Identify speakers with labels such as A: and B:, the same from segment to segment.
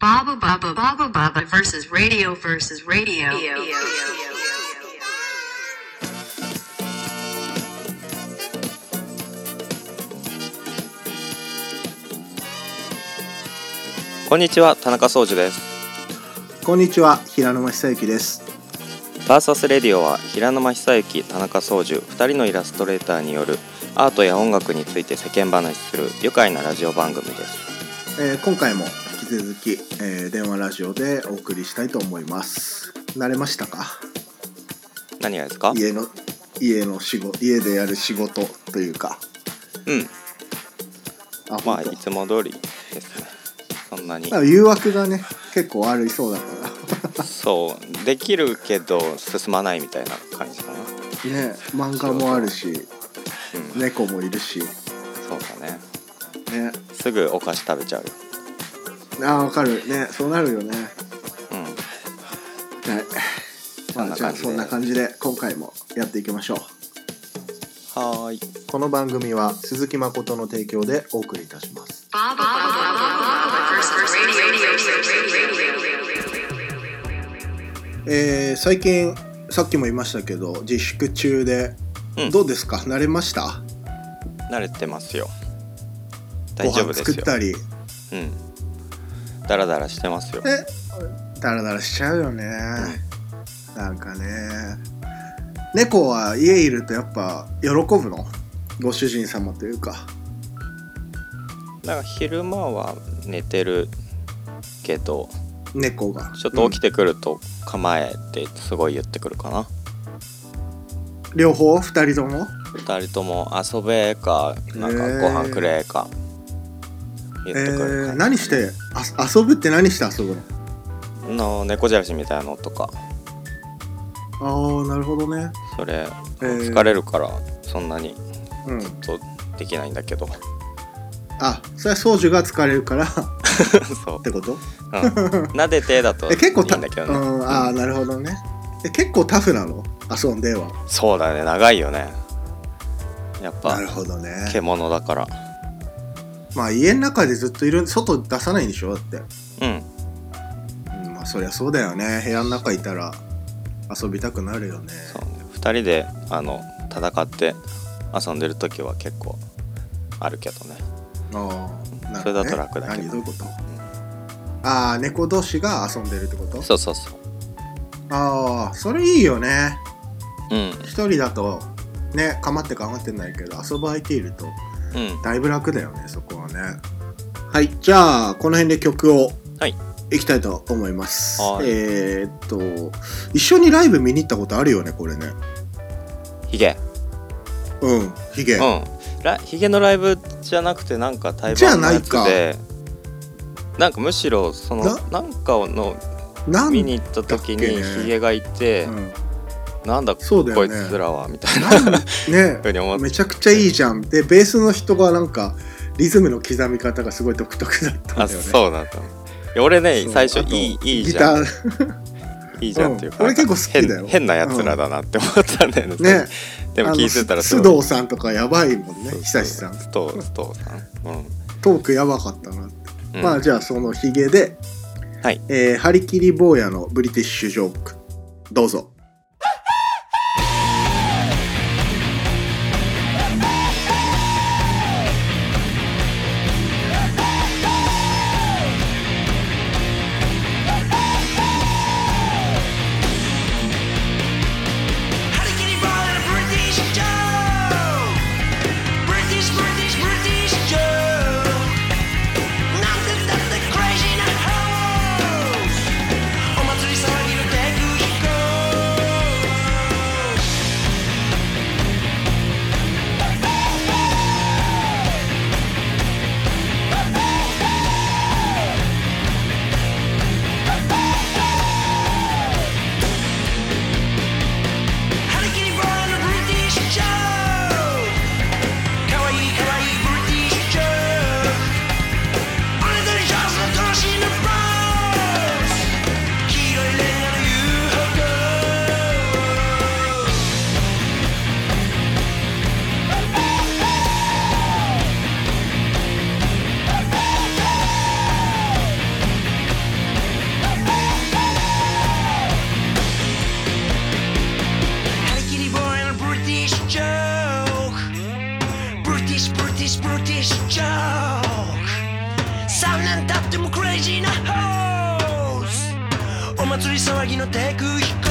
A: Baba Baba Baba Baba versus radio versus radio.
B: こんにちは田中壮樹です
C: こんにちは平沼久之です。
B: バーサスレディオは平沼久之田中壮樹2人のイラストレーターによるアートや音楽について世間話する愉快なラジオ番組です
C: えー今回も引き続き、えー電話ラジオでお送りしたいと思います。慣れましたか？
B: 何がですか
C: 家の家の仕事家でやる仕事というか、
B: うん
C: あ
B: まあ
C: 本当
B: いつも通りですねそんなに
C: なんか誘惑がね結構ありそうだ か
B: そうできるけど進まないみたいな感じかなうん
C: らね漫画もあるし猫もいるしね
B: そうだねすぐお菓子食べちゃうよ
C: あーわかるねそうなるよね。はい。
B: うんそん
C: まあ
B: な感じで
C: じゃあそんな感じで今回もやっていきましょう。
B: はーい
C: この番組は鈴木誠の提供でお送りいたします。
A: Baba Baba Baba versus radio.
C: えー最近さっきも言いましたけど自粛中で、
B: うん
C: どうですか慣れました
B: 慣れてますよ大丈夫です
C: ご
B: よ
C: 飯作ったり
B: うんダラダラしてますよ
C: えダラダラしちゃうよね、なんかね猫は家いるとやっぱ喜ぶのご主人様というか
B: なんか昼間は寝てるけど
C: 猫が
B: ちょっと起きてくると構えってすごい言ってくるかな、
C: うん両方二人とも
B: 二人とも「遊べ」か「なんかご飯くれ」か言ってくる
C: えー
B: 感じ
C: 何してあ遊ぶって何して遊ぶの
B: の猫じゃらしみたいのとか
C: ああなるほどね
B: それ
C: えー
B: 疲れるからそんなに
C: うん
B: とできないんだ けど
C: あそれは掃除が疲れるから っ
B: そう、
C: てこ
B: う
C: と
B: ん、撫でてだとい
C: え
B: い
C: 結構
B: ん
C: た
B: だけど
C: う
B: ね、
C: ん、ああなるほどねえ結構タフなの遊んでは
B: そうだね長いよねやっぱ
C: なるほどね
B: 獣だから
C: まあ家の中でずっといる外出さないんでしょだって、
B: うん
C: うん、まあそりゃそうだよね部屋の中いたら遊びたくなるよね
B: そうね2人であの戦って遊んでる時は結構あるけどね
C: ああなるほどね
B: それだと楽だけど
C: 何どういうことああ猫同士が遊んでるってこと
B: そうそうそう
C: ああそれいいよね
B: うん
C: 一人だとねかまってかまってないけど遊ぶ相手いると
B: うん
C: だいぶ楽だよねそこはねはいじゃあこの辺で曲を
B: はい
C: いきたいと思います、
B: はい
C: えーっと一緒にライブ見に行ったことあるよねこれね
B: ヒゲ
C: うんヒゲ、
B: うんラヒゲのライブじゃなくてなんか対
C: じゃ
B: バ
C: あ
B: ンの
C: ない
B: やつ
C: か
B: でなんかむしろその
C: な
B: なんかの
C: なん
B: 見に行った時
C: だっ
B: に
C: けね
B: ヒゲがいて、
C: うん
B: なんだ
C: そうだよ
B: こい
C: ね
B: つらはみたいな
C: なん ね
B: ふうに思って
C: めちゃくちゃいいじゃんでベースの人がなんかリズムの刻み方がすごい独特だったん
B: あ
C: だよね
B: そうなんだいや俺ね
C: そう
B: 最初
C: あと
B: いいいい
C: ギ
B: じ
C: タ
B: ゃん
C: ー
B: いいじゃんっていうか、
C: うん俺結構好きだよ
B: 変変なやつらだなって思ったんだよね、
C: ね
B: でも聞いてた
C: あの
B: らす
C: 須
B: ごい
C: 須藤さんとかやばいもんね
B: そう
C: 久志さん
B: ストストさん。うん。
C: トークやばかったな
B: うん
C: まあじゃあそのヒゲで、
B: はい
C: えー張り切り坊やのブリティッシュジョークどうぞ
D: How to get involved in a British joke? British, British, British joke. Nothing, nothing crazy, no hoes. お祭り騒ぎの手口行こう大事なホースお祭り騒ぎのテク飛行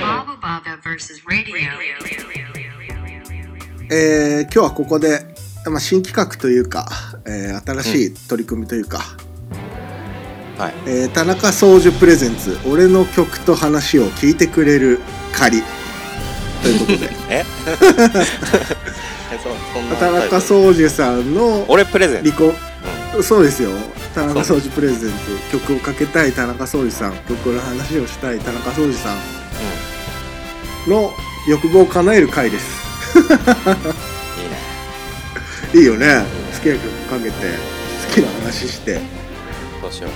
A: Baba Baba versus radio.
C: えー今日はここで、まあ、新企画というか、えー新しい取り組みというか、
B: はい
C: えー田中宗樹プレゼンツ俺の曲と話を聞いてくれる仮という ことで
B: ええそそんな
C: 田
B: タイトル
C: 中宗樹さんの
B: 俺プレゼント
C: 離婚そうですよ田中宗樹プレゼンツ曲をかけたい田中宗樹さん曲の話をしたい田中宗樹さん
B: う
C: の欲望を叶える回です
B: んいいね
C: いいよね好きな曲かけて好きな話して
B: どうしよ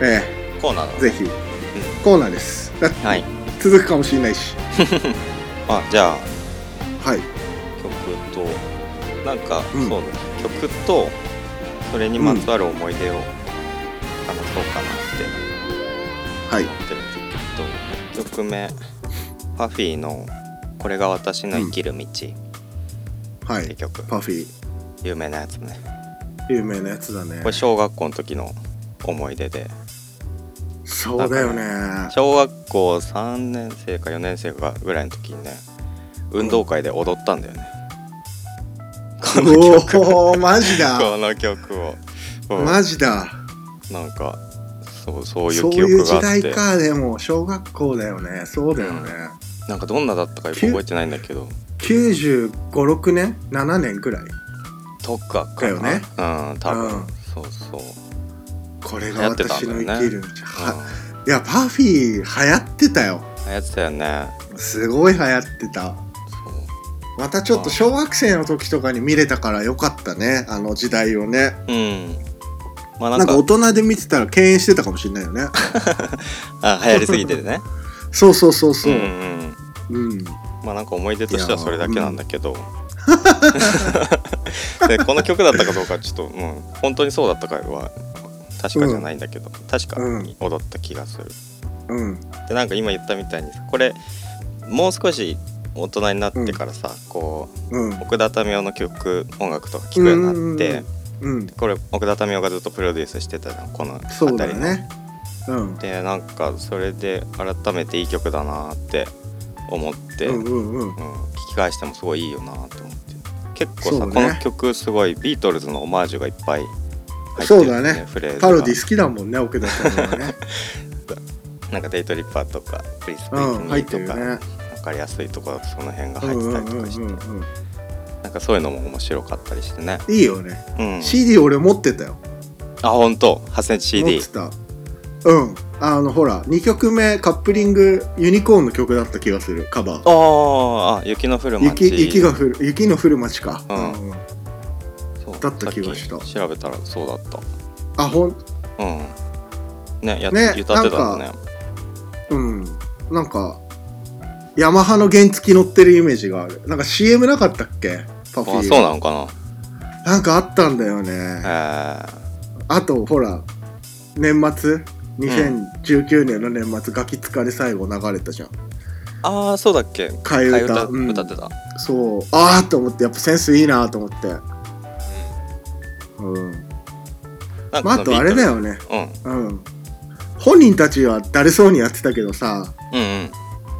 C: ええ
B: うコーナーだ
C: ぜひ、コーナーですだ
B: はい
C: 続くかもしれないし
B: あじゃあ
C: はい
B: 曲となんか、
C: うん
B: そうだね曲とそれにまつわる思い出を話そうかなって
C: はい
B: 思ってるんですけど、1曲目 Puffy の「これが私の生きる道」
C: は
B: って
C: い
B: 曲、
C: パフィー
B: 有名なやつね
C: 有名なやつだね
B: これ小学校の時の思い出で
C: そうだよね
B: 小学校3年生か4年生かぐらいの時にね運動会で踊ったんだよね、この曲 こ
C: おおマジだ
B: の曲を、うん
C: マジだ
B: なんかそうそうい
C: そうう
B: 記
C: いう
B: 憶
C: 時
B: があっ
C: 代
B: て
C: かでも小学校だよねそうだよね、
B: なんかどんなだったかよく覚えてないんだけど
C: 9 5 6年7年ぐらい
B: とかかな
C: だよね
B: うん多分、
C: うん
B: そうそう、
C: これ
B: 流
C: が
B: 行ってたんだ
C: 私
B: よ
C: の
B: ね
C: 生きる
B: う
C: 道、
B: ん
C: は、いやパフィー流行ってたよ
B: 流行ってたよね
C: すごい流行ってたまたちょっと小学生の時とかに見れたからよかったねあの時代をね
B: そううんまあ
C: な
B: なんん
C: か
B: か
C: 大人で見てたら敬遠してたかもしれないよね
B: あ流行りすぎててね
C: そうそうそう そうう、
B: ん
C: うん
B: うんまあなんか思い出としてはそれだけなんだけど、 でこの曲だったかどうかちょっと、うん、本当にそうだったかは確かじゃないんだけど、確かに踊った気がする、
C: うん
B: でなんか今言ったみたいにさこれもう少し大人になってからさ、こう
C: うん
B: 奥田民生の曲音楽とか聴くようになって
C: うん
B: これ奥田民生がずっとプロデュースしてたじゃんこの
C: そう
B: 辺
C: だ
B: り
C: よ
B: の。
C: ねうん
B: でなんかそれで改めていい曲だなって思って、
C: う
B: うん
C: んうんうん
B: 聞き返してもすごいいいよなって思って結構
C: そ
B: さ、
C: うだね
B: この曲すごいビートルズのオマージュがいっぱい入ってる
C: そうだね
B: フレーズが
C: パロディ好きだもんね奥田さん はね
B: なんか「デイトリッパー」とか「プリスプリ
C: う
B: ー
C: ん
B: ミ
C: 入
B: ー」
C: って
B: と
C: るよ
B: か、
C: ね
B: 分かりやすいとこだとその辺が
C: うん
B: 入っ
C: う
B: て
C: ん
B: たりと
C: う
B: かして、
C: んうん
B: なんかそういうのも面白かったりしてね、
C: いいよね
B: うん、
C: CD 俺持ってたよ
B: あ本当8センチ
C: 持
B: CD
C: ってたうんあのほら2曲目カップリングユニコーンの曲だった気がするカバー
B: あーあ雪の降る街
C: 雪雪が降る雪の降る街か、
B: うん
C: うんうん
B: そう
C: だった気がした
B: さっき調べたらそうだった
C: あほん
B: うんねや
C: ね
B: ね歌ってたんだね
C: うんなんかヤマハの原付乗ってるイメージがあるなんか CM なかったっけパ
B: あ
C: フィー
B: そうなのか
C: なんかあったんだよね
B: なへ
C: あとほら年末2019年の年末、ガキ疲れ最後流れたじゃん
B: えああそうだっけ
C: 替え
B: 替え
C: 歌
B: 歌
C: うん
B: 歌ってた
C: そうああと思ってやっぱセンスいいなと思ってうん
B: なん
C: まあ、
B: か
C: あとあれだよね
B: そのビー
C: うん本人たちはだるそうにやってたけどさ
B: トルうんうんうん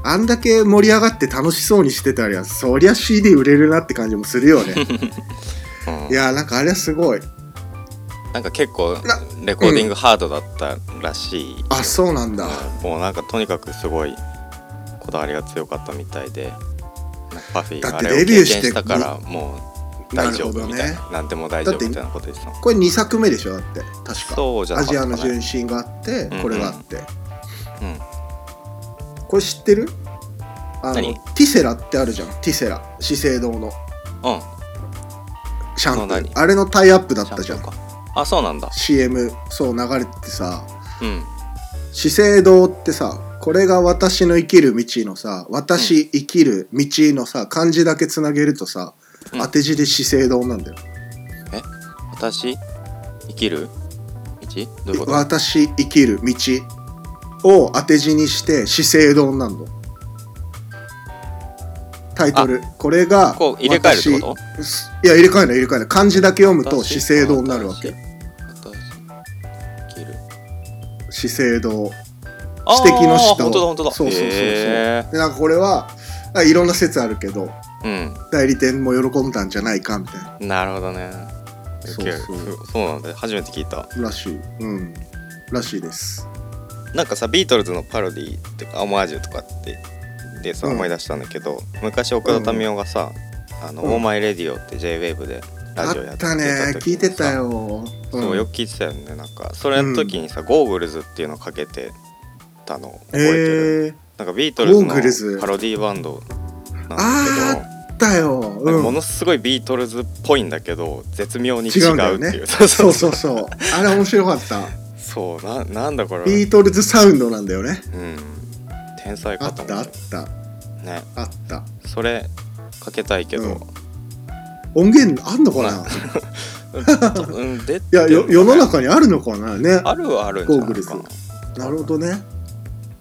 C: あんだけ盛り上がって楽しそうにしてたりはそりゃ CD 売れるなって感じもする よね
B: うん
C: いやーなんかあれはすごい
B: なんか結構
C: な
B: レコーディングハードだったらしい、
C: あそうなんだ
B: もうなんかとにかくすごいこだわりが強かったみたいでなんかパフィー
C: だ
B: が
C: っ
B: あ
C: て
B: れを経
C: デビュ
B: 験
C: ーして
B: したからもう大丈
C: なる
B: 夫
C: ほ
B: み
C: ど
B: たい
C: ね
B: な何でも大丈
C: だって
B: 夫みたいなこと言ってたの
C: これ2作目でしょだって確か
B: そうじゃな
C: ア
B: かっ
C: ジ
B: たか
C: アの
B: な
C: 純真があって
B: うんうん
C: これがあって
B: うん
C: これ知ってるあの
B: 何
C: ティセラってあるじゃんティセラ資生堂の
B: うん
C: シャン
B: の
C: プー
B: 何
C: あれのタイアップだったじゃん
B: シャンプーかあそうなんだ
C: CM そう流れててさ
B: うん
C: 資生堂ってさこれが私の生きる道のさ私生きる道のさ漢字だけつなげるとさ、
B: うん
C: 当て字で資生堂なんだよ、
B: 私生きる道どういうこと
C: 私生きる道を当て字にして資生堂なんだタイトルこれが
B: こう入れ替えるってこと
C: すいや入れ替えない入れ替えない漢字だけ読むと資生堂になるわ
B: 私
C: け
B: 私生きる
C: 資生堂
B: あー
C: 指摘の下を
B: 本当だ本当だ
C: そうそうそうそう
B: へ
C: でなんかこれはあいろんな説あるけど
B: ー
C: 代理店も喜んだんじゃないかみたいな
B: うんなるほどね
C: そうそう
B: ウケるそうなんだよ初めて聞いた
C: らしいうんらしいです
B: なんかさビートルズのパロディっていうかオマージュとかってでさ
C: うん
B: 思い出したんだけど、昔岡田民生がさ「あの
C: うん
B: オーマイレディオ」って JWAVE で
C: あ
B: ラジオや
C: っ
B: って
C: たね
B: 時
C: 聞
B: に
C: いてた
B: さ
C: よ、うん
B: そうよく聞いてたよねなんかそれの時にさ、ゴーグルズっていうのをかけてたの覚えてる、
C: えー、
B: なんかビートルズ
C: ゴーグルズ
B: のパロディバンドなんだけど
C: あったよ、
B: なんか
C: う
B: も
C: ん、
B: のすごいビートルズっぽいんだけど絶妙に違
C: 違うんだ
B: う
C: よ
B: って
C: ね
B: いう そう
C: そ
B: そうう
C: そうそうあれ面白かった
B: そうななんだこれは
C: ビートルズサウンドなんだよね
B: うん天才
C: あ
B: か
C: っ
B: と
C: た
B: 思
C: あ
B: っ
C: ったた
B: ね
C: あった
B: それかけたいけど、
C: 音源あんのかな
B: とうん、でい
C: いやよ世の中にあるのかなね
B: あるはあるんじゃない
C: ゴーグル
B: か
C: なるほどね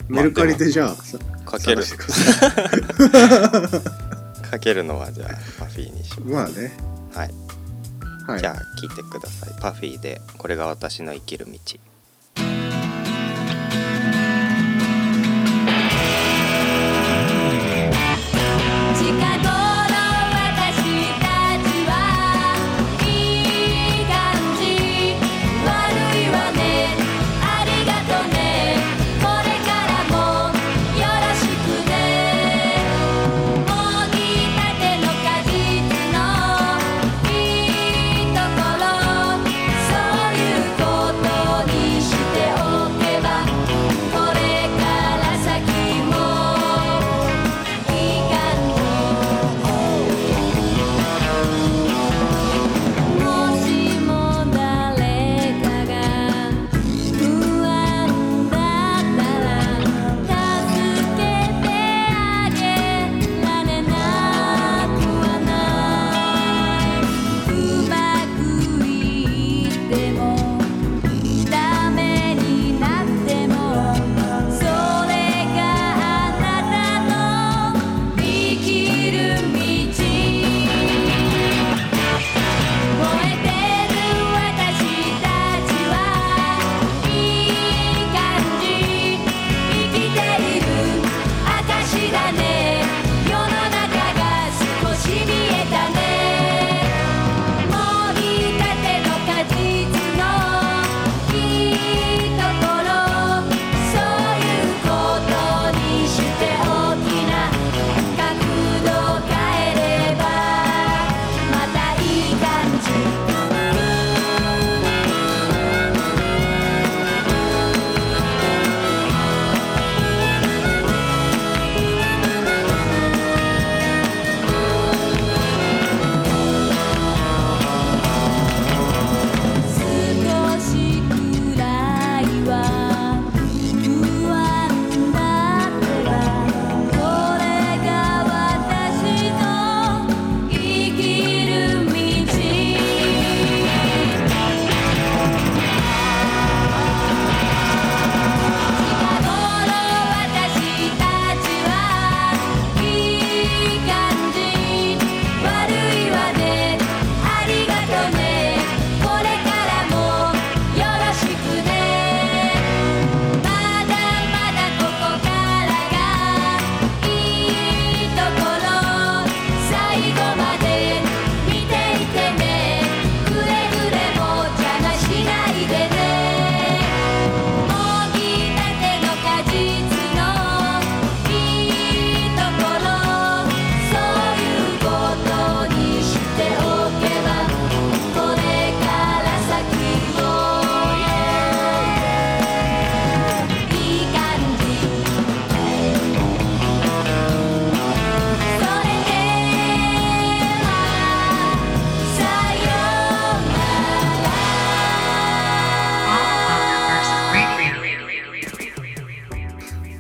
B: まあ
C: メルカリでじゃあさ
B: なかける
C: 探してください
B: かけるのはじゃあパフィーにします
C: まあね
B: はい
C: はい
B: じゃあ聞いてください。パフィーでこれが私の生きる道。
E: 「近頃私たちは」「いい感じ」「悪いわねありがとね」「これからもよろしくね」「もぎたての果実のいいところ」「そういうことに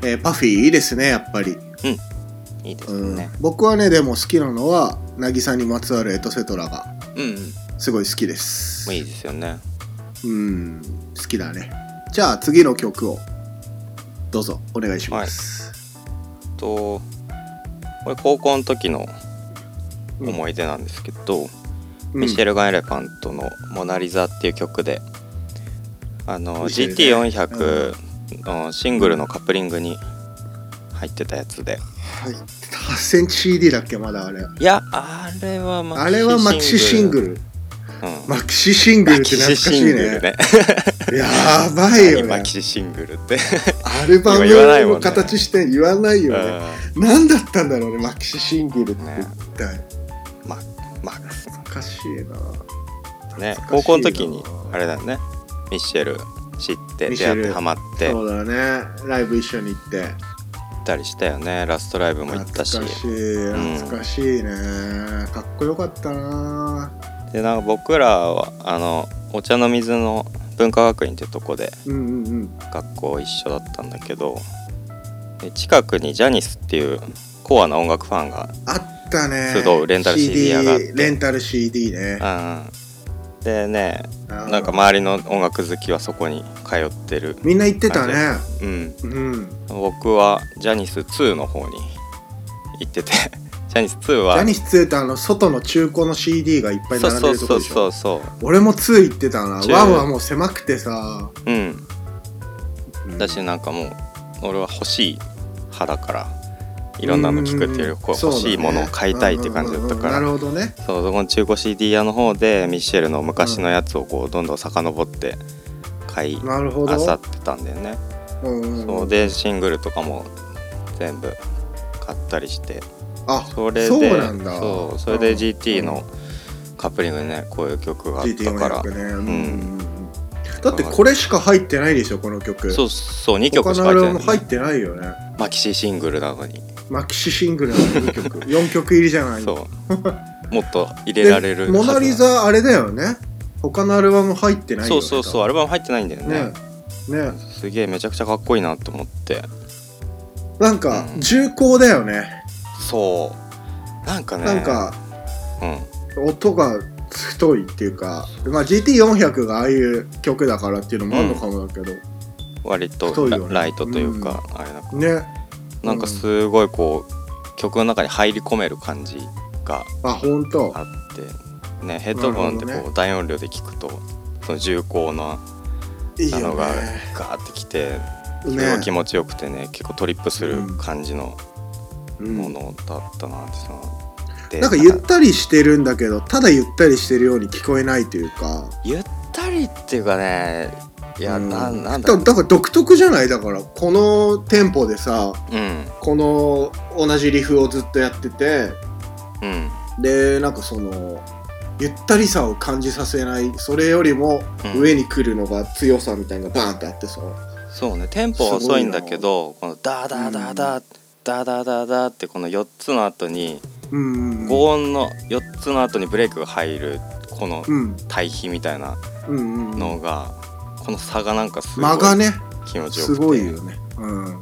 C: えーパフィーいいですねやっぱり、
B: いいです
C: うん
B: ね
C: 僕はねでも好きなのは渚にまつわるエトセトラが
B: うん、うん、
C: すごい好きです
B: もういいですよね
C: うん好きだねじゃあ次の曲をどうぞお願いします、
B: とこれ高校の時の思い出なんですけど、
C: うん
B: ミシェルガン・エレファントの「モナ・リザ」っていう曲であの
C: ミシェルね
B: GT400 のシングルのカップリングに入ってたやつで
C: はい、8センチ CD だっけまだあれ
B: いやあれはマキシ
C: あれはマキシシングル
B: うん
C: マキシシングル
B: マ
C: って
B: キ
C: 懐
B: シ
C: かし
B: シ
C: い
B: ン
C: ね
B: グルね
C: や ばいよ
B: マ
C: ね
B: キシシングルって
C: アルバ
B: 今言わないも
C: ム
B: ん
C: の
B: ね
C: 形して言わないよね
B: う
C: 何だったんだろうねマキシシングルって
B: ね
C: 一体
B: んま ま
C: 懐かし
B: ね
C: いな懐かしいな
B: 高校の時にあれだよねミッシェル知って
C: ミッシ
B: 出
C: ェ
B: 会
C: ル
B: ってハマって行
C: そうだねライブ一緒に行って
B: ったりしたよねラストライブも行
C: 懐
B: っ
C: か
B: たし
C: しい
B: ん
C: 懐かしいね、かっこよかったな
B: でなんか僕らはあのお茶の水の文化学院ってとこで
C: うんうんうん
B: 学校一緒だったんだけどで近くにジャニスっていうコアな音楽ファンが
C: あったね
B: 須藤レンタル CD 上がって
C: レンタル CD ね
B: うんでね
C: あー
B: なんか周りの音楽好きはそこに通ってる
C: みんな行ってたね
B: うん
C: うん
B: 僕はジャニス2の方に行ってて ジャニス2
C: ジ
B: は
C: ャニス2ってあの外の中古の CD がいっぱい
B: そう
C: 並んで
B: そう
C: るとこ
B: そう
C: でしょ
B: そうそ
C: 俺も2行ってたな1
B: 中
C: はもう狭くてさ、
B: ううん
C: うん
B: だしなんかもう俺は欲しい派だからいろんなの聞くっていうよりこう
C: そう
B: 欲
C: だ
B: し
C: ね
B: いものを買いたいって感じだったか
C: うん
B: ら
C: うんうんうんなるほどね
B: そうそこの中古 CD 屋の方でミッシェルの昔のやつをこうどんどん遡って買い
C: なるほど
B: あさってたんだよね
C: うんうんうん
B: そうでシングルとかも全部買ったりして
C: あ
B: それで
C: そうなんだ
B: そうそれで GT のカップリングにねこういう曲があったから
C: GT400 ね、うん
B: ん
C: うんうんだってこれしか入ってないでしょこの曲
B: そううそう2曲しか
C: 他
B: 入っ
C: のア
B: て
C: ルバム
B: な
C: 入
B: い
C: ってないよね
B: マキシシングルなのに
C: マキシシングルの2曲4曲入りじゃない
B: そうもっと入れられるはず
C: で
B: な
C: モ
B: のに
C: ナ・リザあれだよね他のアルバム入ってないよ
B: そ
C: ね
B: うそうそうアルバム入ってないんだよね
C: ねね
B: すげえめちゃくちゃかっこいいなと思って
C: なんか
B: うん
C: 重厚だよね、
B: そうなんかね
C: なんか
B: うん
C: 音が太いっていうか、まあ、GT400 がああいう曲だからっていうのもあるのかもだけど、
B: 割
C: 太
B: と
C: い
B: ラ,、
C: よね
B: イトというか、あれなんか
C: ね
B: なんかすごいこう曲の中に入り込める感じが
C: あ本当
B: あってねヘッドホンで
C: なるほど
B: こう大音量で聞くとその重厚ない
C: い
B: あ
C: よ
B: のが
C: ね
B: ガーってきてそれが
C: ね
B: 気持ちよくてね結構トリップする感じの
C: う
B: も
C: ん
B: のだったなってさで
C: なんかゆったりしてるんだけどただゆったりしてるように聞こえないというか
B: ゆったりっていうかねいや、
C: うん
B: ななんだ
C: だ
B: ろう
C: だから独特じゃないだからこのテンポでさ
B: うん
C: この同じリフをずっとやってて
B: うん
C: でなんかそのゆったりさを感じさせないそれよりも
B: うん
C: 上に来るのが強さみたいなのがバーンってあってさ、
B: そうねテンポは遅いんだけどこのダーダーダーダーダーダーダーダーってこの4つの後に
C: うんうんうん
B: 5音の4つの後にブレイクが入るこの
C: うん
B: 対比みたいな
C: うんうんうん
B: のがこの差がなんかすごい
C: 間がね
B: 気持ちよく
C: す
B: て
C: ごいよね、うん、
B: そうそう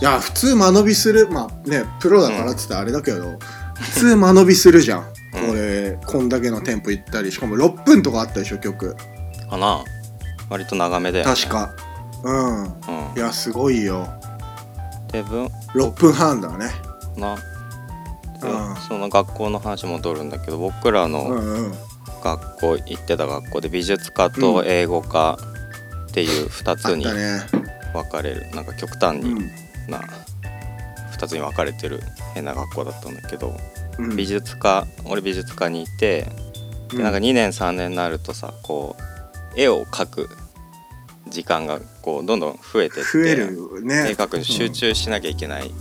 C: いや普通間延びするまあねプロだからっつってあれだけど、普通間延びするじゃん
B: うん
C: これこんだけのテンポいったりしかも6分とかあったでしょ曲
B: かな割と長めで、
C: 確かうん
B: うん
C: いやすごいよ
B: で分
C: 6分半だね
B: なで
C: うん
B: その学校の話戻るんだけど僕らの、
C: うんうん
B: 学校行ってた学校で美術科と英語科っていう2つ
C: あっ
B: に
C: たね
B: 分かれる、なんか極端
C: う
B: に
C: ん
B: な2つに分かれてる変な学校だったんだけど、
C: うん
B: 美術科俺美術科にいて、で
C: うん
B: なんか2年3年になるとさこう絵を描く時間がこうどんどん増えてって
C: 増える
B: 絵
C: ね
B: 描くに集中しなきゃいけない、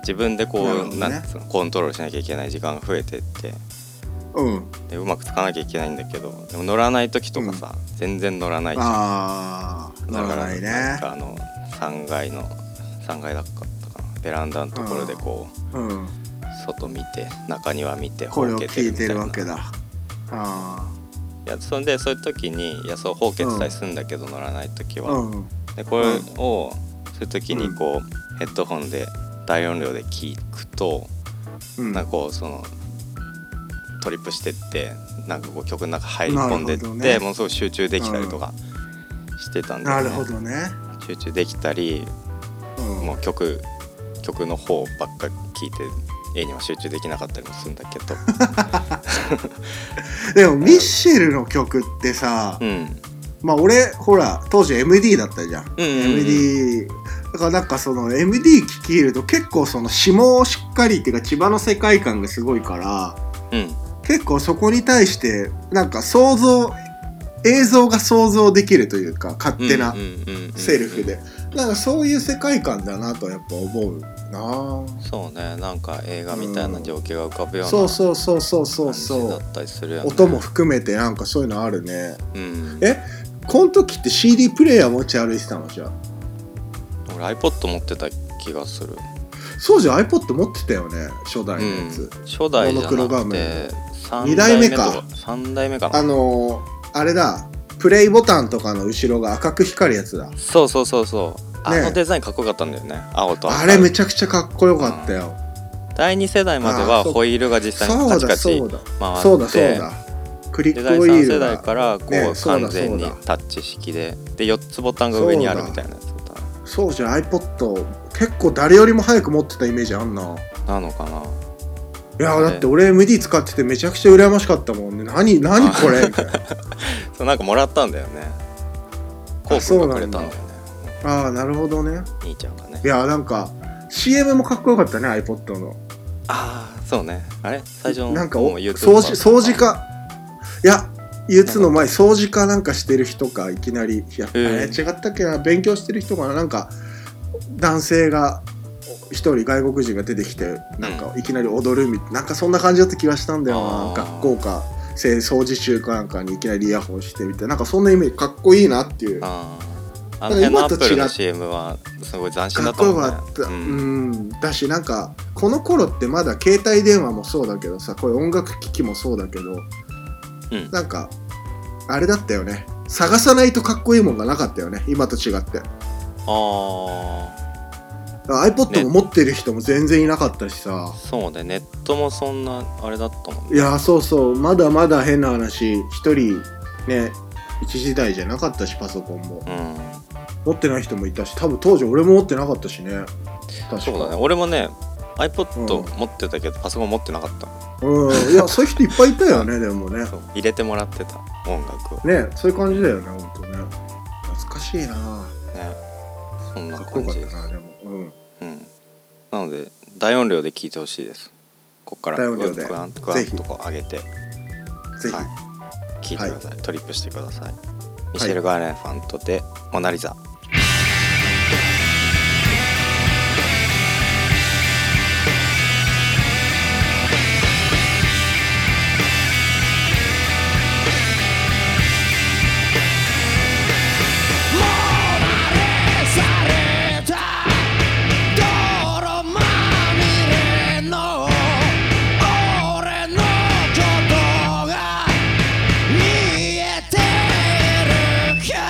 B: 自分でこ
C: なるほど
B: う
C: ね
B: なんつうのコントロールしなきゃいけない時間が増えてって。
C: うん
B: でうまくつかなきゃいけないんだけどでも乗らない時とかさ、全然乗らないだか
C: ああならない
B: な
C: ね
B: んかあの3階の3階だったかなベランダのところでこう、
C: うん
B: 外見て中庭見て
C: これを
B: ほうけ
C: 聞いてるわ
B: みた
C: け
B: いな
C: だあ
B: いやそんでそういう時にいやそうほうけてたりするんだけど、乗らない時
C: あ
B: は、
C: うん
B: でこれを、そそういう時にこう、ヘッドホンで大音量で聴くと
C: うん
B: なんかこうそのトリップしてってなんかこう曲の中入り込んでっ
C: なるほ
B: て、
C: どね
B: ものすごい集中できたりとかしてたんで、
C: なるほどね、
B: 集中できたり
C: うん、
B: もう曲曲の方ばっか聴いて絵には集中できなかったりもするんだけ ど
C: でもミッシェルの曲ってさ、
B: うん
C: まあ俺ほら当時 MD だったじゃん、
B: うんうんうん
C: MD だからなんかその MD 聴き入ると結構その下をしっかりっていうか千葉の世界観がすごいから
B: うん
C: 結構そこに対してなんか想像映像が想像できるというか勝手な
B: うんうんうんうん
C: セルフで、なんかそういう世界観だなとやっぱ思うな
B: そうねなんか映画みたいな情景が浮かぶような
C: そうそうそうそうそう
B: 感じ
C: そ
B: だ
C: う
B: ったりするよね
C: 音も含めてなんかそういうのあるね
B: うん
C: えこの時って CD プレイヤー持ち歩いてたのじゃあ
B: 俺 iPod 持ってた気がする
C: そうじゃん iPod 持ってたよね初代のやつ、
B: 初代じゃ
C: モノ
B: な
C: クロ画
B: く
C: 面
B: て
C: 二
B: 3
C: 代
B: 代
C: 目
B: 目
C: か
B: か3代目かな
C: あのー、あれだプレイボタンとかの後ろが赤く光るやつだ
B: そうそうそうそうあ
C: ね
B: のデザインかっこよかったんだよね青と赤
C: あれめちゃくちゃかっこよかったよ
B: 第2世代までは
C: あそう
B: ホイールが実際に
C: そ
B: カ
C: う
B: チ
C: だ
B: カチ
C: そうだ
B: 回って
C: そうだそうだクリッ
B: で
C: ク
B: 第
C: オイー
B: 3
C: ル
B: 世代
C: だ
B: からこ
C: ね
B: う
C: そうだ
B: 完全に
C: そう
B: タッチ式でで4つボタンが上にあるみたいなやつだっ
C: そうじゃん iPod 結構誰よりも早く持ってたイメージあんな
B: たなのかない
C: や
B: ね
C: だって俺 MD 使っててめちゃくちゃ羨ましかったもんね何何 これみたいな
B: そうなんかもらったんだよねコウ君がくれたんだよね
C: ああなるほどね
B: 兄ちゃんがね
C: いやなんか CM もかっこよかったね iPod の
B: ああそうねあれ最初の
C: なんか
B: も
C: お
B: う
C: 掃
B: YouTube
C: 除掃除かいや U2 の前掃除かなんかしてる人かいきなりいや、
B: うん
C: あれ違ったっけな勉強してる人かななんか男性が一人外国人が出てきてなんかいきなり踊るみたいななんかそんな感じだった気がしたんだよな
B: あー
C: 学校かせ掃除中かなんかにいきなりイヤホンしてみたいななんかそんなイメージかっこいいなっていう
B: あーあの辺の
C: 今
B: ア
C: と違
B: ッ
C: っ
B: プルの CM はすごい斬新だ
C: かっ
B: った
C: こよ
B: もんね
C: かった、
B: う
C: うん
B: ん
C: だしなんかこの頃ってまだ携帯電話もそうだけどさこういう音楽機器もそうだけど、
B: うん
C: なんかあれだったよね探さないとかっこいいもんがなかったよね今と違って
B: あ
C: iPod も持ってる人も全然いなかったしさ
B: あ、そうねネットもそんなあれだったもん
C: い
B: ね
C: やそうそうまだまだ変な話一人ね一時代じゃなかったしパソコンも
B: うん
C: 持ってない人もいたし多分当時俺も持ってなかったしね確か
B: そうだね俺もね
C: う
B: iPod 持ってたけどパソコン持ってなかった
C: うんいやそういう人いっぱいいたよねでもね
B: そう入れてもらってた音楽をね
C: ねそういう感じだよね本当ね懐かしいな
B: そんな
C: かっこ
B: 感
C: よかっ
B: じです
C: たなでも、うん、
B: うんなので大音量で聴いてほしいですこっから
C: 大音量で
B: グワングワ
C: ぜ
B: ン
C: ひ
B: とこう上げて
C: ぜひ、
B: はい聴いてください、トリップしてくださいミシェル・ガーレンファントで「モナ・リザ」
D: 見えてるか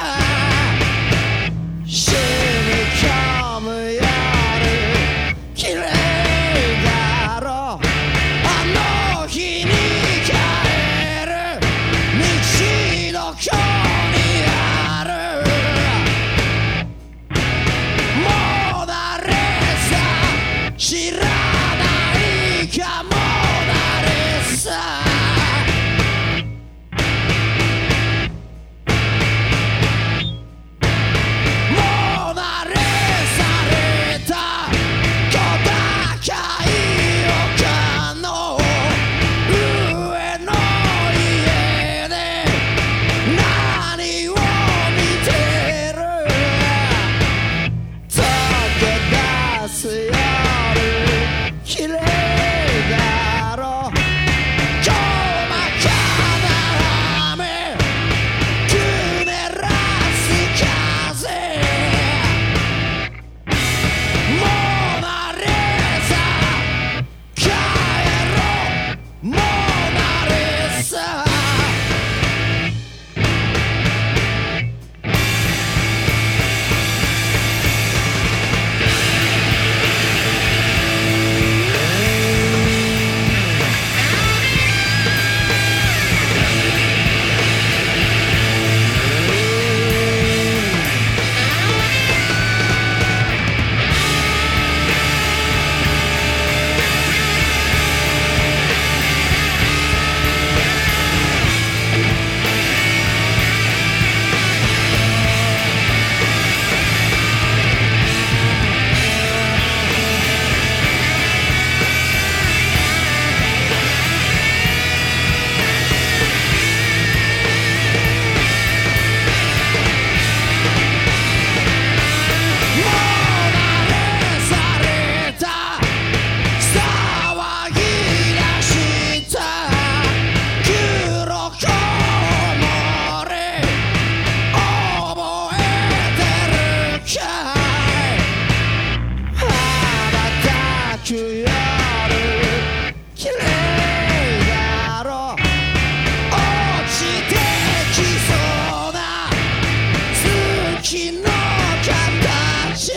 F: し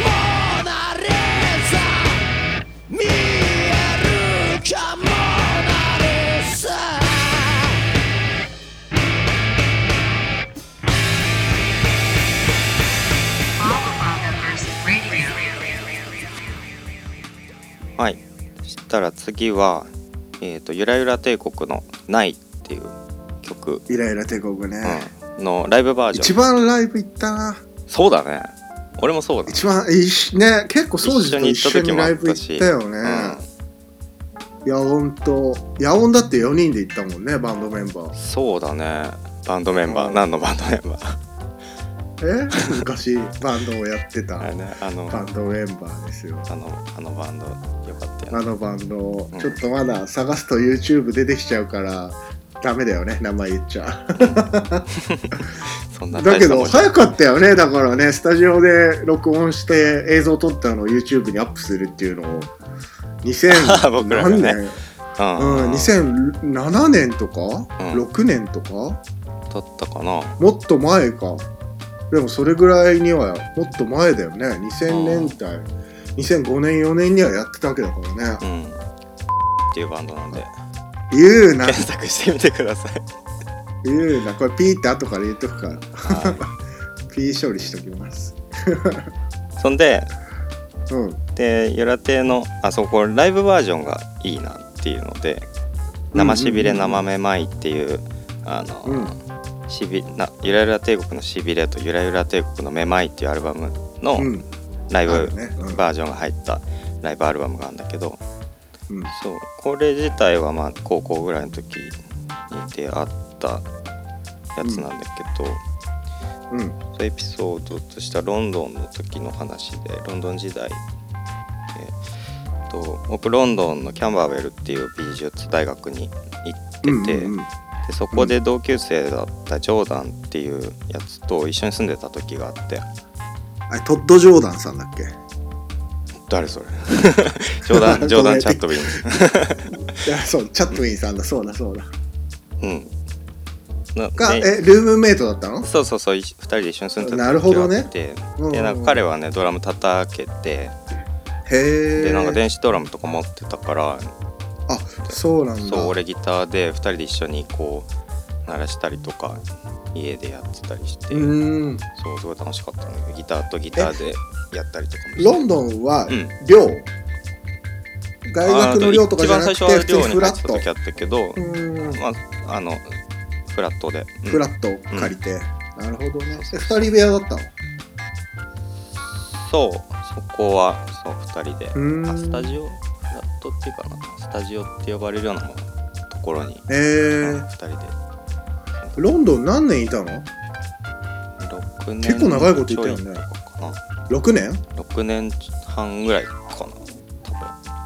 F: モナレザ見えるかモナレザ
B: はいそしたら次は「えー、とゆらゆら帝国の「ない」っていう曲、
C: イライラ帝国ね、
B: うん、のライブバージョン
C: 一番ライブ行ったな
B: そうだね俺もそうだ
C: 一番いいしね結構掃除と一緒にライブ行ったよね、野音と野音だって4人で行ったもんねバンドメンバ
B: うん、そうだねバンドメンバー、
C: うん
B: 何のバンドメンバ ー
C: ーえ 昔バンドをやってた
B: あれねあの
C: バンドメンバーですよ
B: あのあのバンドよかったよね
C: あのバンド
B: うん
C: ちょっとまだ探すと YouTube 出てきちゃうからダメだよね名前言っちゃ
B: そんな
C: う
B: 大
C: だ
B: し
C: け
B: たも
C: ど
B: んじゃ
C: 早かったよねだからねスタジオで録音して映像撮ったのを YouTube にアップするっていうのを
B: あ僕らが
C: 2000
B: ね
C: 年
B: うん
C: うん、2007年とか、
B: うん
C: 6年とか
B: だったかな
C: もっと前かでもそれぐらいにはもっと前だよね2000年代2005年4年にはやってたわけだから
B: う
C: ね
B: んっていうバンドなんで
C: 言 うな
B: 検索してみてくださ い、
C: 言うなこれピーって後から入れとくから
B: は
C: ピー処理しときます
B: い、そんで
C: うん
B: でゆら亭のあそうこれライブバージョンがいいなっていうので「生しびれ生めまい」っていうあの、しびなゆらゆら帝国のしびれとゆらゆら帝国のめまいっていうアルバムの
C: うん
B: ライ
C: あ
B: ブ
C: るねうん
B: バージョンが入ったライブアルバムがあるんだけど
C: うん
B: そうこれ自体はまあ高校ぐらいの時に出会ったやつなんだけど、
C: うん
B: そうエピソードとしたロンドンの時の話でロンドン時代えっと僕ロンドンのキャンバーウェルっていう美術大学に行ってて、
C: うんうんうん
B: でそこで同級生だったジョーダンっていうやつと一緒に住んでた時があって
C: あれトッド・ジョーダンさんだっ け
B: 誰それ ジョー ダンジョーダンチャットウィン
C: いやそうチャットウィンさんだそうだそうだ
B: うんな
C: が、
B: ね
C: えルームメイトだったの
B: そうそうそうい2人で一緒に住んでた
C: なるほど
B: 時があ
C: ね
B: って
C: うんうんう
B: で
C: ん
B: なんか彼はねドラム叩けて
C: へえ
B: でなんか電子ドラムとか持ってたから
C: あそうなんだ
B: そう俺ギターで2人で一緒にこう鳴らしたりとか家でやってたりして、
C: うん
B: そうすごい楽しかったのよギターとギターでやったりとかもして
C: ロンドンは
B: うん
C: 寮、大学の寮とかじゃなくて
B: あー
C: 普
B: 一
C: 通
B: 番最初は寮
C: に
B: に
C: フ
B: 入っ
C: ラ
B: てた
C: ット
B: 時あったけど、
C: うん
B: まああのフラットで、うん
C: フラットを借りて、なるほどね
B: そう
C: 二
B: そう
C: 人部屋だったの
B: そうそこはそう2人で
C: うん
B: あスタジオフラットっていうかなスタジオって呼ばれるようなところに、
C: え
B: 2
C: ー、
B: 人で
C: ロンドン何年いたの
B: 6年
C: 結構長いこといたよね
B: ちょとかな
C: ?6 年
B: 6年半ぐらいかな多分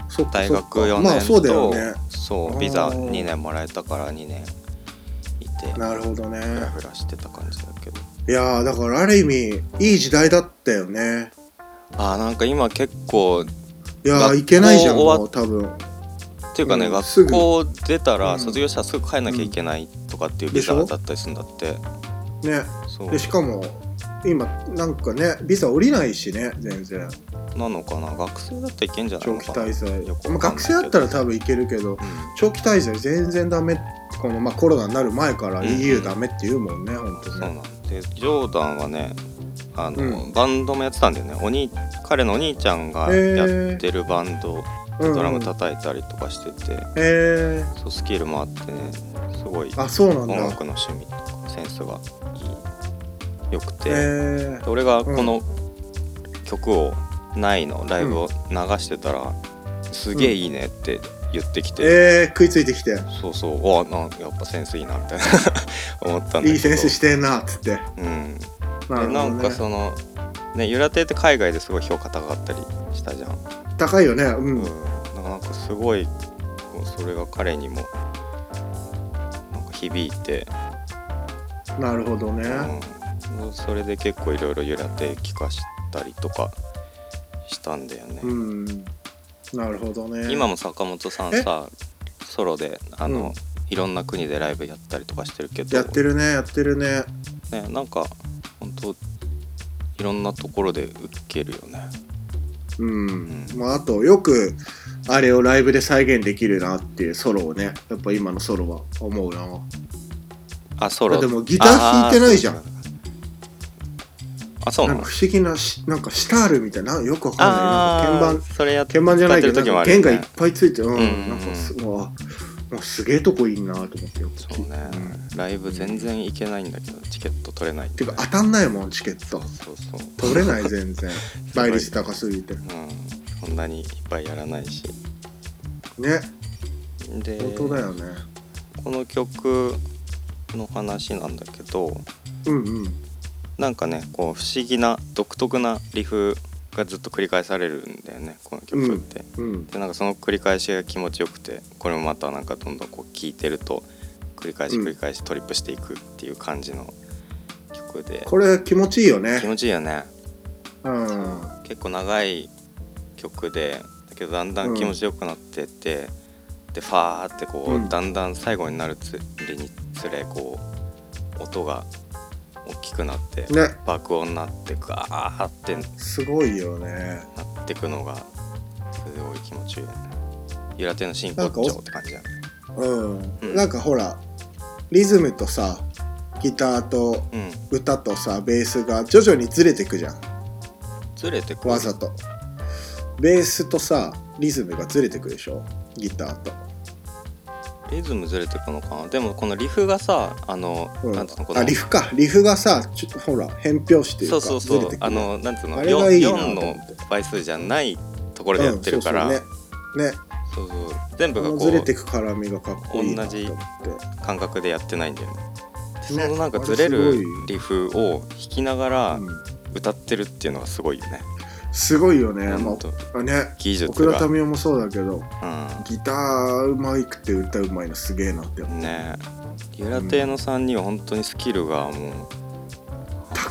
C: そっか
B: 大
C: そっ
B: 学
C: か
B: 4
C: まあ
B: 年
C: そ
B: と
C: うだよね
B: そう
C: あー
B: ビザ2年もらえたから2年いて
C: なるほどね
B: フラフラしてた感じだけど
C: いやーだからある意味いい時代だったよね
B: あーなんか今結構っ
C: いや
B: 学校
C: ーいけないじゃん
B: 終わっ
C: もう多分
B: ていうかね、
C: うんす
B: 学
C: ぐ
B: 校出た
C: う
B: ら
C: ん
B: 卒業したらすぐ帰んなきゃいけないとかっていうビザ
C: でしょ
B: だったりするんだって、
C: ね
B: そう
C: でしかも今なんかねビザ降りないしね全然
B: なのかな学生だったらいけんじゃない
C: 長
B: の
C: 期
B: かな
C: 滞在
B: よく
C: まあ
B: わかんない
C: 学生
B: けど
C: だったら多分いけるけど
B: うん
C: 長期滞在全然ダメこの、まあ、コロナになる前から
B: うん
C: EU ダメって言うもんね、本当
B: そうな
C: ね
B: んでジョーダンはねあの、
C: う
B: バンドもやってたんだよねお兄彼のお兄ちゃんがやってるバンド、
C: うん
B: ドラム叩いたりとかしてて、
C: へえ
B: そうスキルもあってねすごい
C: ー、あそうなん
B: 音
C: だ
B: 楽の趣味とかセンスがいいよくて、
C: へえ
B: で俺がこの曲を「ない」のライブを流してたら、すげえいいねって言ってき
C: ー、
B: て、
C: えー、食いついてきて
B: そうそうわなんやっぱセンスいいなみたいな 思ったんだけど
C: いいセンスしてんなっつって
B: うん
C: なる
B: でな
C: ほど、
B: ん
C: ね
B: か、そのねゆら亭って海外ですごい評価高かったりしたじゃん、
C: 高いよね
B: う
C: う
B: ん
C: ん、
B: なんかなんかすごいこうそれが彼にもなんか響いて、
C: なるほどね、
B: うん、それで結構いろいろゆら亭聞かしたりとかしたんだよね、
C: うんなるほどね
B: 今も坂本さんさソロであの、
C: うん
B: いろんな国でライブやったりとかしてるけど
C: やってるねやってるね
B: ね、なんか本当いろんなところで受けるよね
C: うん、まあ、あとよくあれをライブで再現できるなっていうソロをねやっぱ今のソロは思うな
B: あソロ
C: でもギター弾いてないじゃん
B: あーあそう
C: な
B: なんの
C: か不思議なしなんかシタールみたいなよくわかんないなん
B: ああ
C: か鍵盤
B: それやっ
C: 鍵盤じゃないけど
B: 使ってる時
C: な
B: も
C: ん
B: あ
C: か
B: るよ
C: 弦
B: ね
C: がいっぱいついてうん、
B: うんうんうん
C: なんかすうわもうすげえとこいいなと思ってよく聞い
B: そうねライブ全然行けないんだけどチケット取れないん
C: て
B: だ
C: か
B: よね
C: 当たんないもんチケット
B: そうそう
C: 取れない 全然倍率高すぎて
B: うんそんなにいっぱいやらないし
C: ね
B: で
C: 本当だよね
B: この曲の話なんだけど
C: うんうん
B: なんかねこう不思議な独特なリフがずっと繰り返されるんだよねこの曲って。
C: うん
B: でなんかその繰り返しが気持ちよくてこれもまたなんかどんどんこう聴いてると繰り返し
C: うん
B: 繰り返しトリップしていくっていう感じの曲で、
C: これ気持ちいいよね
B: 気持ちいいよね
C: うん
B: 結構長い曲でだけどだんだん気持ちよくなってって、でファーってこう、
C: うん
B: だんだん最後になるつりにつれこう音が大きくなって、
C: ね
B: 爆音になってガーってな
C: すごいよね
B: ってくのがすごい気持ちいいよね。ゆらての真骨頂って感じだね。
C: う、
B: うんん
C: なんかほらリズムとさギターと
B: うん
C: 歌とさベースが徐々にずれてくじゃん
B: ずれてくる
C: わざとベースとさリズムがずれてくでしょギターと
B: リズムずれてくのかなでもこのリフがさあの、
C: うん
B: なんつうのこの
C: あリフかリフがさちょほら変拍子という
B: そ
C: か
B: うそう
C: ず
B: そ
C: れ
B: う
C: てく
B: あのなんつうの
C: あれがいいなと
B: 4,
C: 思って
B: の倍数じゃないところでやってるから、
C: うんそうそうねね
B: そうそう全
C: あ
B: 部が
C: の
B: こ
C: ずれて
B: う
C: く絡みがかっこいいなと思って
B: 感覚でやってないんだよね。で
C: ね
B: そのなんか
C: あ
B: ず
C: れ
B: れ
C: すご
B: る
C: いよ
B: リフを弾きながら
C: うん
B: 歌ってるっていうのがすごいよね。
C: すごいよね、
B: ほ
C: ま
B: んと
C: あ、ね
B: 技術
C: 奥田
B: が、
C: 民生もそうだけど
B: う、
C: ギターうまいくて歌うまいのすげえなって思うん
B: ねえゆら亭のさんには本当にスキルがもう
C: 高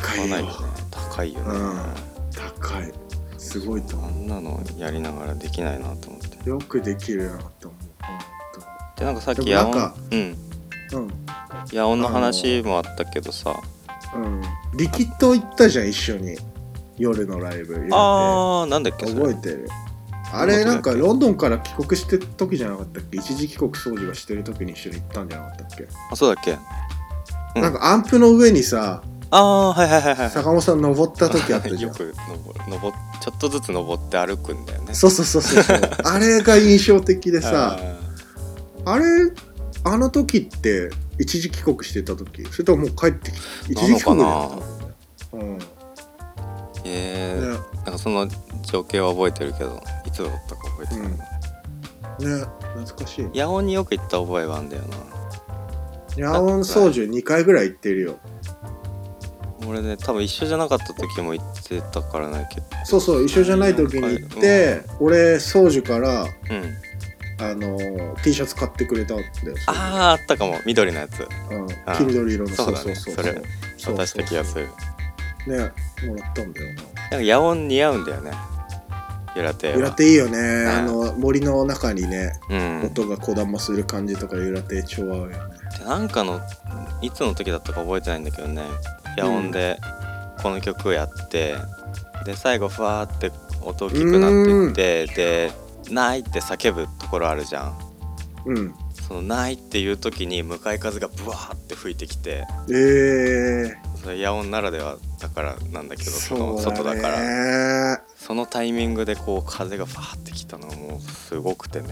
B: 半端
C: い
B: ない
C: よ
B: よね高いよね、
C: 高いすごいと
B: あ
C: 思
B: んなのやりながらできないなと思って。
C: うよくできるなと思う
B: でなんかさっき
C: でも
B: 野
C: なんか
B: 音うん
C: 本
B: 野音の話もあったけどさ
C: 当うんうんリキッド行ったじゃん一緒に夜のライブや
B: あーなんだっ
C: って
B: けそれ
C: 覚えてるあれなんかロンドンから帰国してる時じゃなかったっけ一時帰国掃除がしてる時に一緒に行ったんじゃなかったっけ、
B: あそうだっけうん
C: なんかアンプの上にさ
B: ああーはいはいはいはい
C: 坂本さん登った時あったじ ゃ
B: よ
C: ん
B: く登る登っちょっとずつ登って歩くんだよね
C: そうそうそうそ うそうあれが印象的でさあれあの時って一時帰国してた時それとももう帰ってきた一時帰国だよ多分ね
B: え
C: うん
B: ー、なんかその情景は覚えてるけどいつだったか覚えてない、
C: うんねね懐かしい
B: 野音によく行った覚えはあんだよな
C: ヤオン操縦2回ぐらい行ってるよ
B: 俺ね多分一緒じゃなかった時も行ってたからね結構
C: そうそう一緒じゃない時に行って、俺操縦か
B: う
C: ら
B: ん、うん
C: あのー T シャツ買ってくれたんだよ
B: あああったかも緑のやつ
C: あ、うん
B: あ、
C: 黄緑色の
B: そうだねそれ
C: そう
B: 渡した気がする
C: ねもらったんだよな
B: なんか野音似合うんだよねゆらては
C: ゆらていいよね、
B: ん
C: あの森の中にね
B: うん
C: 音がこだまする感じとかゆらて超合うよね
B: でなんかのいつの時だったか覚えてないんだけどね夜音でこの曲をやってで最後ふわーって音大きくなってってで「ない」って叫ぶところあるじゃん
C: うん
B: その「ない」っていう時に向かい風がブワーって吹いてきて
C: ええ
B: それ夜音ならではだからなんだけどそ
C: そう
B: の外だから
C: ら
B: そのタイミングでこう風がファーってきたのがもうすごくてね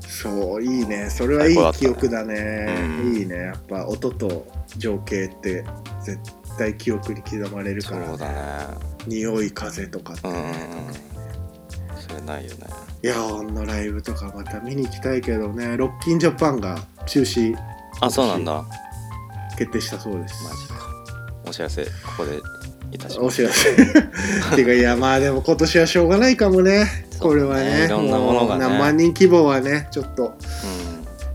C: そういいねそれはい
B: 最高だっ
C: い
B: た
C: 記
B: ね
C: 憶だね
B: うん
C: いいねやっぱ音と情景って絶対記憶に刻まれるか
B: そ
C: ら、
B: うだね
C: 匂い風とかって
B: うんうんう
C: ね、
B: んそれないよね
C: いやあのライブとかまた見に行きたいけどねロッキンジャパンが中止
B: あそうなんだ
C: 決定したそうです
B: マジか。お知らせ、ここでいたしま
C: お
B: す。
C: 知らせ てかいやまあでも今年はしょうがないかもねこれはね
B: いろんなものがね
C: う何万人規模はねちょっと
B: うん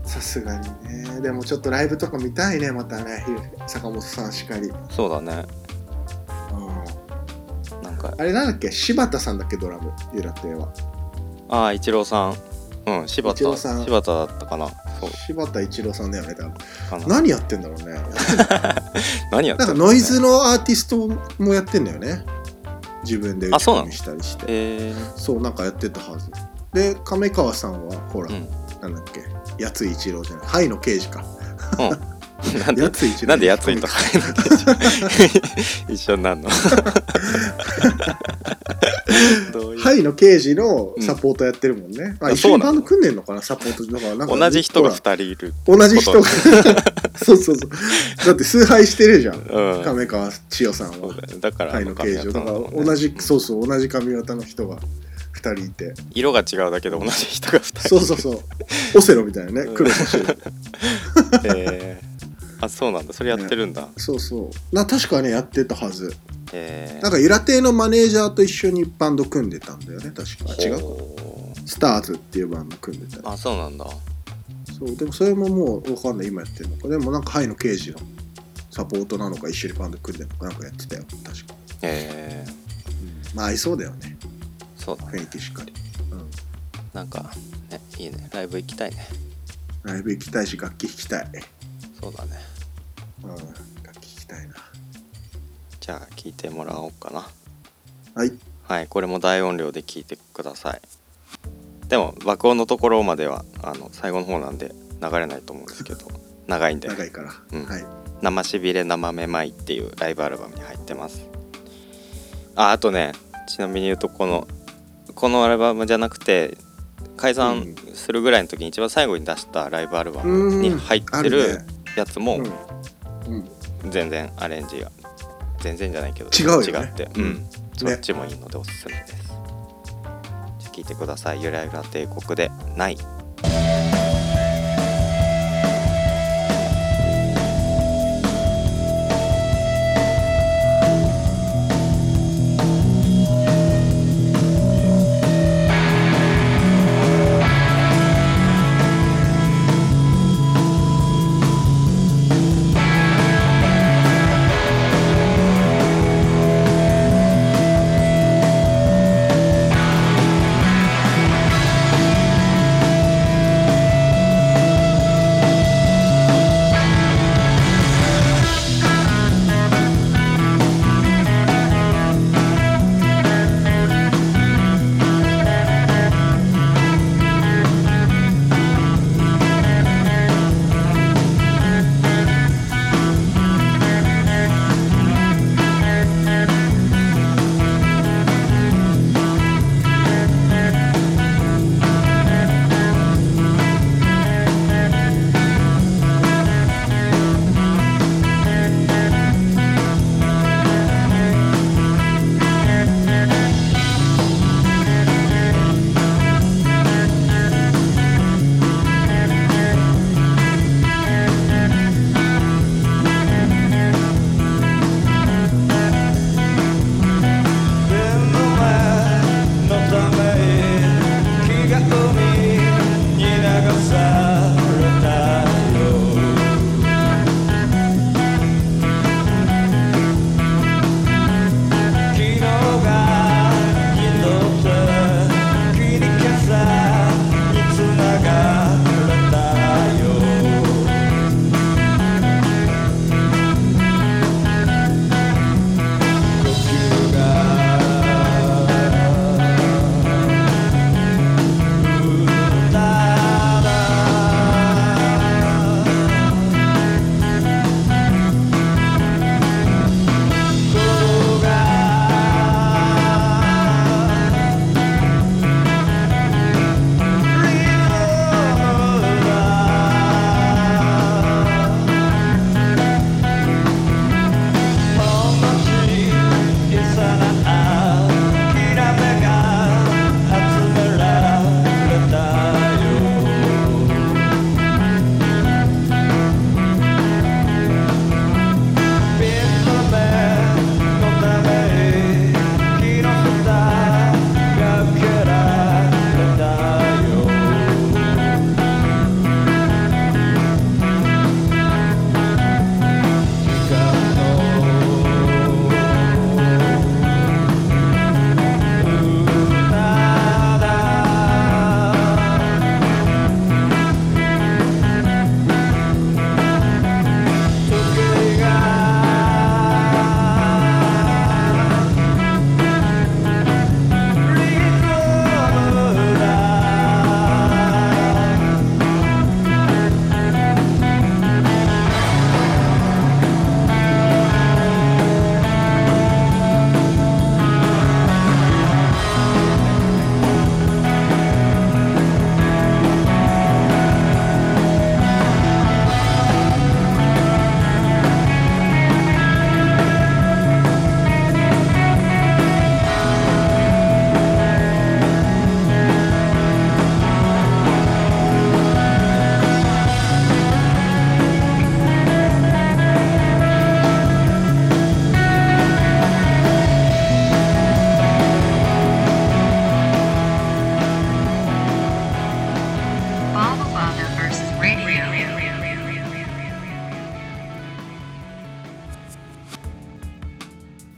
C: さすがにねでもちょっとライブとか見たいねまたね坂本さんしかり、うん、
B: そうだね。なんか、
C: あれなんだっけ柴田さんだっけドラムゆら亭は
B: ああ、一郎さん。うん、柴
C: 一郎
B: 田。
C: さん
B: 柴田だったかな。そう
C: 柴田一郎さんだよね多分
B: かな
C: 何やってんだろう ね
B: 何やってるんです
C: なんか
B: かね
C: ノイズのアーティストもやってんだよね自分で打
B: あ
C: ち
B: そうな
C: 込
B: の
C: みしたりして
B: えー
C: そうなんかやってたはずで亀川さんはほら、
B: うん
C: なんだっけやつい一郎じゃないハイの刑事か
B: うん、なんで
C: やつい一郎
B: なんでやついとハイの刑事一緒になる のどういう
C: ハイの刑事のサポートやってるもんね、あ
B: あ
C: 一緒
B: そう
C: に
B: な
C: バ
B: の
C: ンド組んでんのかなサポートだからなんか
B: 同じ人が
C: ほ
B: 2
C: ら
B: 人いる、
C: 同じ人が そうそうそうだって崇拝してるじゃん
B: うん、
C: 亀川千代さん
B: そ
C: は
B: うだよねだから
C: ハイの
B: 髪
C: 刑
B: 型
C: 事をだから
B: なのね
C: 同じ、
B: うん
C: そうそう同じ髪型の人が2人いて
B: 色が違うだけで同じ人が2人
C: そうそうそうオセロみたいなね
B: うん
C: 黒と白
B: えーあそうなんだそれやってるんだ、
C: そうそうな確かねやってたはず
B: えー
C: なんかゆら亭のマネージャーと一緒にバンド組んでたんだよね確かあ違うか
B: ほ
C: スターズっていうバンド組んで
B: う
C: た
B: あそうなんだ
C: そうでもそれももうわかんない今やってるのかでもなんかハイの刑事のサポートなのか一緒にバンド組んでるのかなんかやってたよ確か、
B: え
C: まあ合いそうだよね
B: ー、そうだ
C: 雰囲気しっかり、うん、
B: なんか、ね、いいねライブ行きたいね
C: ライブ行きたいし楽器弾きたい、
B: そうだね
C: うん、楽器弾きたいな
B: じゃあ聞いてもらおうかな
C: はい
B: はいこれも大音量で聞いてくださいでも爆音のところまではあの最後の方なんで流れないと思うんですけど長いんで
C: 長いから、
B: うん
C: はい
B: 生しびれ生めまいっていうライブアルバムに入ってますああとねちなみに言うとこのこのアルバムじゃなくて解散するぐらいの時に一番最後に出したライブアルバムに入って
C: うんあ
B: る
C: るね
B: やつも
C: うん、うん、
B: 全然アレンジが全然じゃないけど
C: 違うよね
B: 違って、うん
C: うん
B: そっちもいいのでおすすめです、じゃあ聞いてください「ゆらゆら帝国でない」
E: 「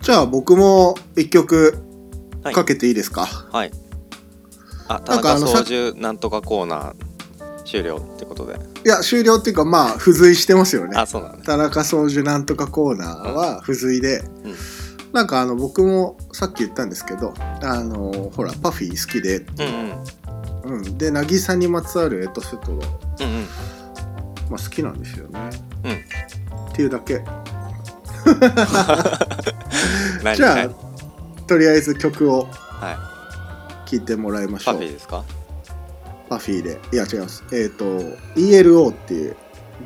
C: じゃあ僕も一曲
B: はい
C: かけていいですか、
B: はいあ田
C: なんか
B: 中
C: あの
B: 操縦なんとかコーナー終了ってことで
C: い、や終了っていうかまあ付随してますよね
B: あそうなのね
C: 田中総樹なんとかコーナーは付随で、
B: うん
C: なんかあの僕もさっき言ったんですけどあのほらパフィー好きで、
B: うんうん
C: うん、で渚にまつわるエトセトラ
B: うんうん
C: まあ、好きなんですよね。
B: うん
C: っていうだけ。
B: 何
C: じゃあ、
B: はい
C: とりあえず曲を
B: は
C: 聴いてもらいま
B: い
C: し
B: パ
C: ょう。
B: フィーですか
C: パフィーで。いや違います。えっ、と ELO っていう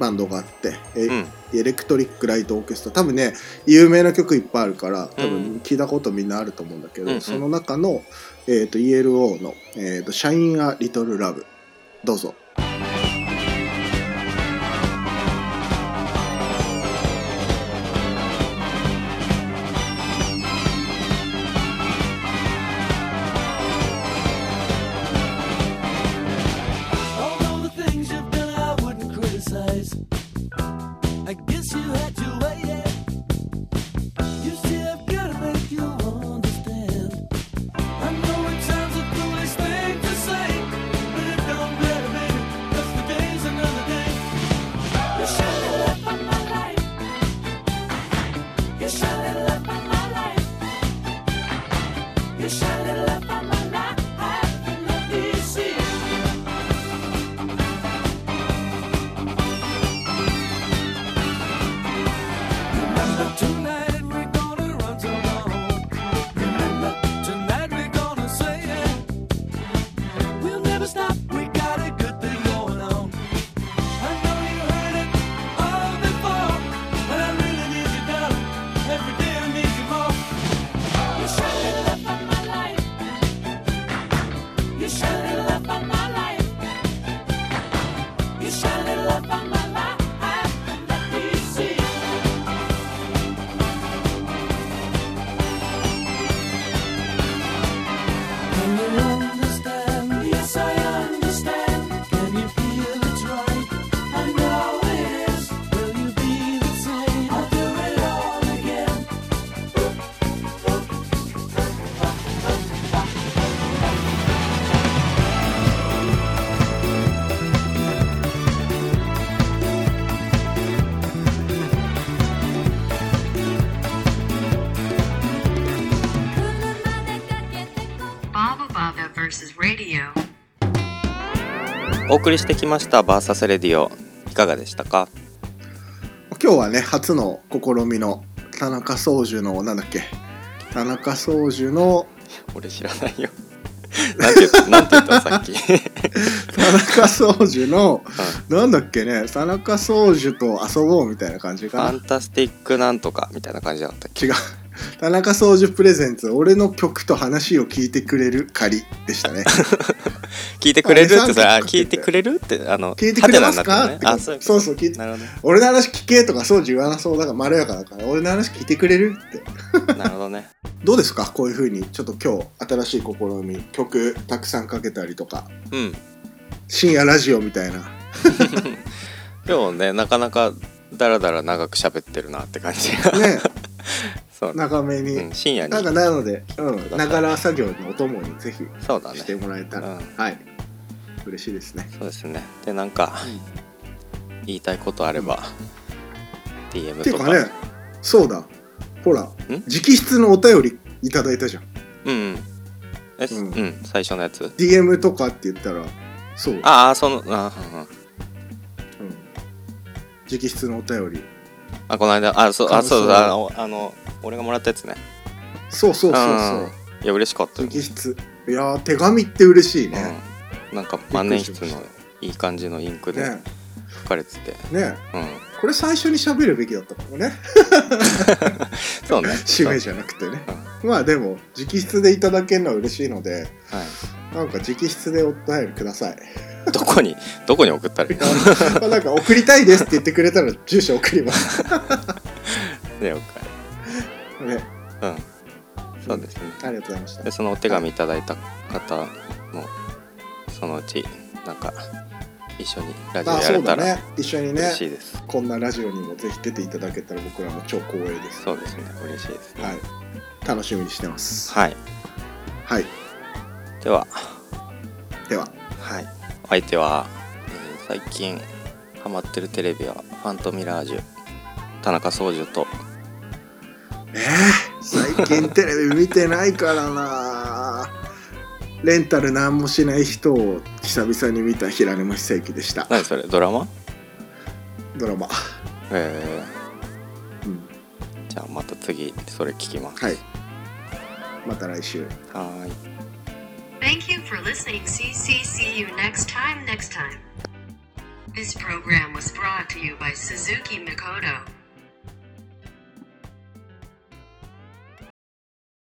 C: バンドがあって、え
B: うん
C: エレクトリック・ライト・オーケストラ多分ね有名な曲いっぱいあるから
B: う
C: 多
B: ん
C: 分聞いたことみんなあると思うんだけど、
B: うんうん
C: その中の、えー、と ELO の「えー、とシャイン・ア・リトル・ラブ」どうぞ。
F: Although the things you've done I wouldn't criticize. I guess you had your way, yeah. You see, I've gotta make you understand. I know it sounds a foolish thing to say, but it don't matter, baby. 'cause today's another day. You shine a light on my life. You shine a light on my life. You shine a light on my life. And let me see. Remember tonight we're gonna run so long. Remember tonight we're gonna say it. We'll never stop. We got a good thing going on. I know you heard it all before, but I really need you, darling. Every day I need you more. You shine a light on my life. You shine a light on my life. You shine a light on my life. Let me see. Can you understand? Yes, I understand. Can you feel it's right? I know it is. Will you be the same? I'll do it all again.
A: Baba Baba versus Radio.
B: お送りしてきました「バーサスレディオ」いかがでしたか
C: 今日はね初の試みの田中宗樹のなんだっけ田中宗樹の
B: 俺知らないよ なんて言ったなんて言ったさ っき
C: 田中宗樹の、なんだっけね田中宗樹と遊ぼうみたいな感じ
B: フ
C: かな
B: ァンタスティックなんとかみたいな感じだったっけ
C: 違う田中宗樹プレゼンツ俺の曲と話を聞いてくれる仮でし たね
B: 聞いてくれるってさ
C: あ
B: あ
C: れ
B: 聞いてくれるってあの
C: 聞いてくれます
B: ハ
C: か
B: テナ
C: っ
B: に
C: て
B: なってるねあ
C: そ
B: そうう
C: そう
B: う
C: 聞い
B: こと
C: て
B: なるほどね
C: 俺の話聞けとか宗樹言わなそうだからまろやかだから俺の話聞いてくれるって
B: なるほどね
C: どうですかこういうふうにちょっと今日新しい試み曲たくさんかけたりとか
B: うん
C: 深夜ラジオみたいな
B: 今日ねなかなかだらだら長く喋ってるなって感じが
C: ね
B: そうね、
C: 長めに、
B: うん、深夜に
C: なんかなので
B: くださ
C: う
B: い
C: んながら作業のお供にぜひ
B: そうだね
C: してもらえたら、
B: うん
C: はい嬉しいですね
B: そうですねでなんか言いたいことあれば DM
C: ってい
B: と
C: う
B: か
C: かねそうだほら直筆のお便りいただいたじゃん
B: うんうんえ、
C: う
B: うんん最初のやつ
C: DM とかって言ったらそう
B: ああそのあー、うんうん、
C: うん直筆のお便り
B: あこの間あそうあ
C: 感想
B: そうだあのあの俺がもらったやつね
C: そうそうそうそう
B: うんいや嬉しかったよ、
C: 直筆いやー手紙って嬉しいね、
B: うん、なんか万年筆のいい感じのインクで
C: ね
B: 書かれてて、
C: ね
B: うん
C: これ最初に喋るべきだったかもね
B: そう ね
C: 締めじゃなくてねまあでも直筆でいただけるのは嬉しいので
B: は
C: なんか直筆でお便りください
B: い、どこにどこに送ったらいいの
C: まあなんか送りたいですって言ってくれたら住所送 ります
B: ねよ
C: ね
B: くうんそうですね
C: ありがとうございました
B: でそのお手紙いただいた方もそのうちなんか一緒にラジオ
C: まあ
B: や
C: そ
B: れ
C: う
B: た
C: だ
B: ら
C: ね一緒にね
B: 嬉しいです、
C: こんなラジオにもぜひ出ていただけたら僕らも超光栄です
B: そうですね嬉しいですね
C: はい楽しみにしてます
B: はい、
C: はい
B: では、
C: では
B: はい、お相手は、えー最近ハマってるテレビは「ファントミラージュ」田中宗樹と
C: えー、最近テレビ見てないからなレンタル何もしない人を久々に見た平沼久之でした
B: 何そ れドラマ
C: ドラマ、
B: え
C: うん、
B: ー、じゃあまた次それ聞きます
C: はいまた来週
B: はーい
A: Thank you for listening. CCC you next time, next time. This program was brought to you by Suzuki Makoto.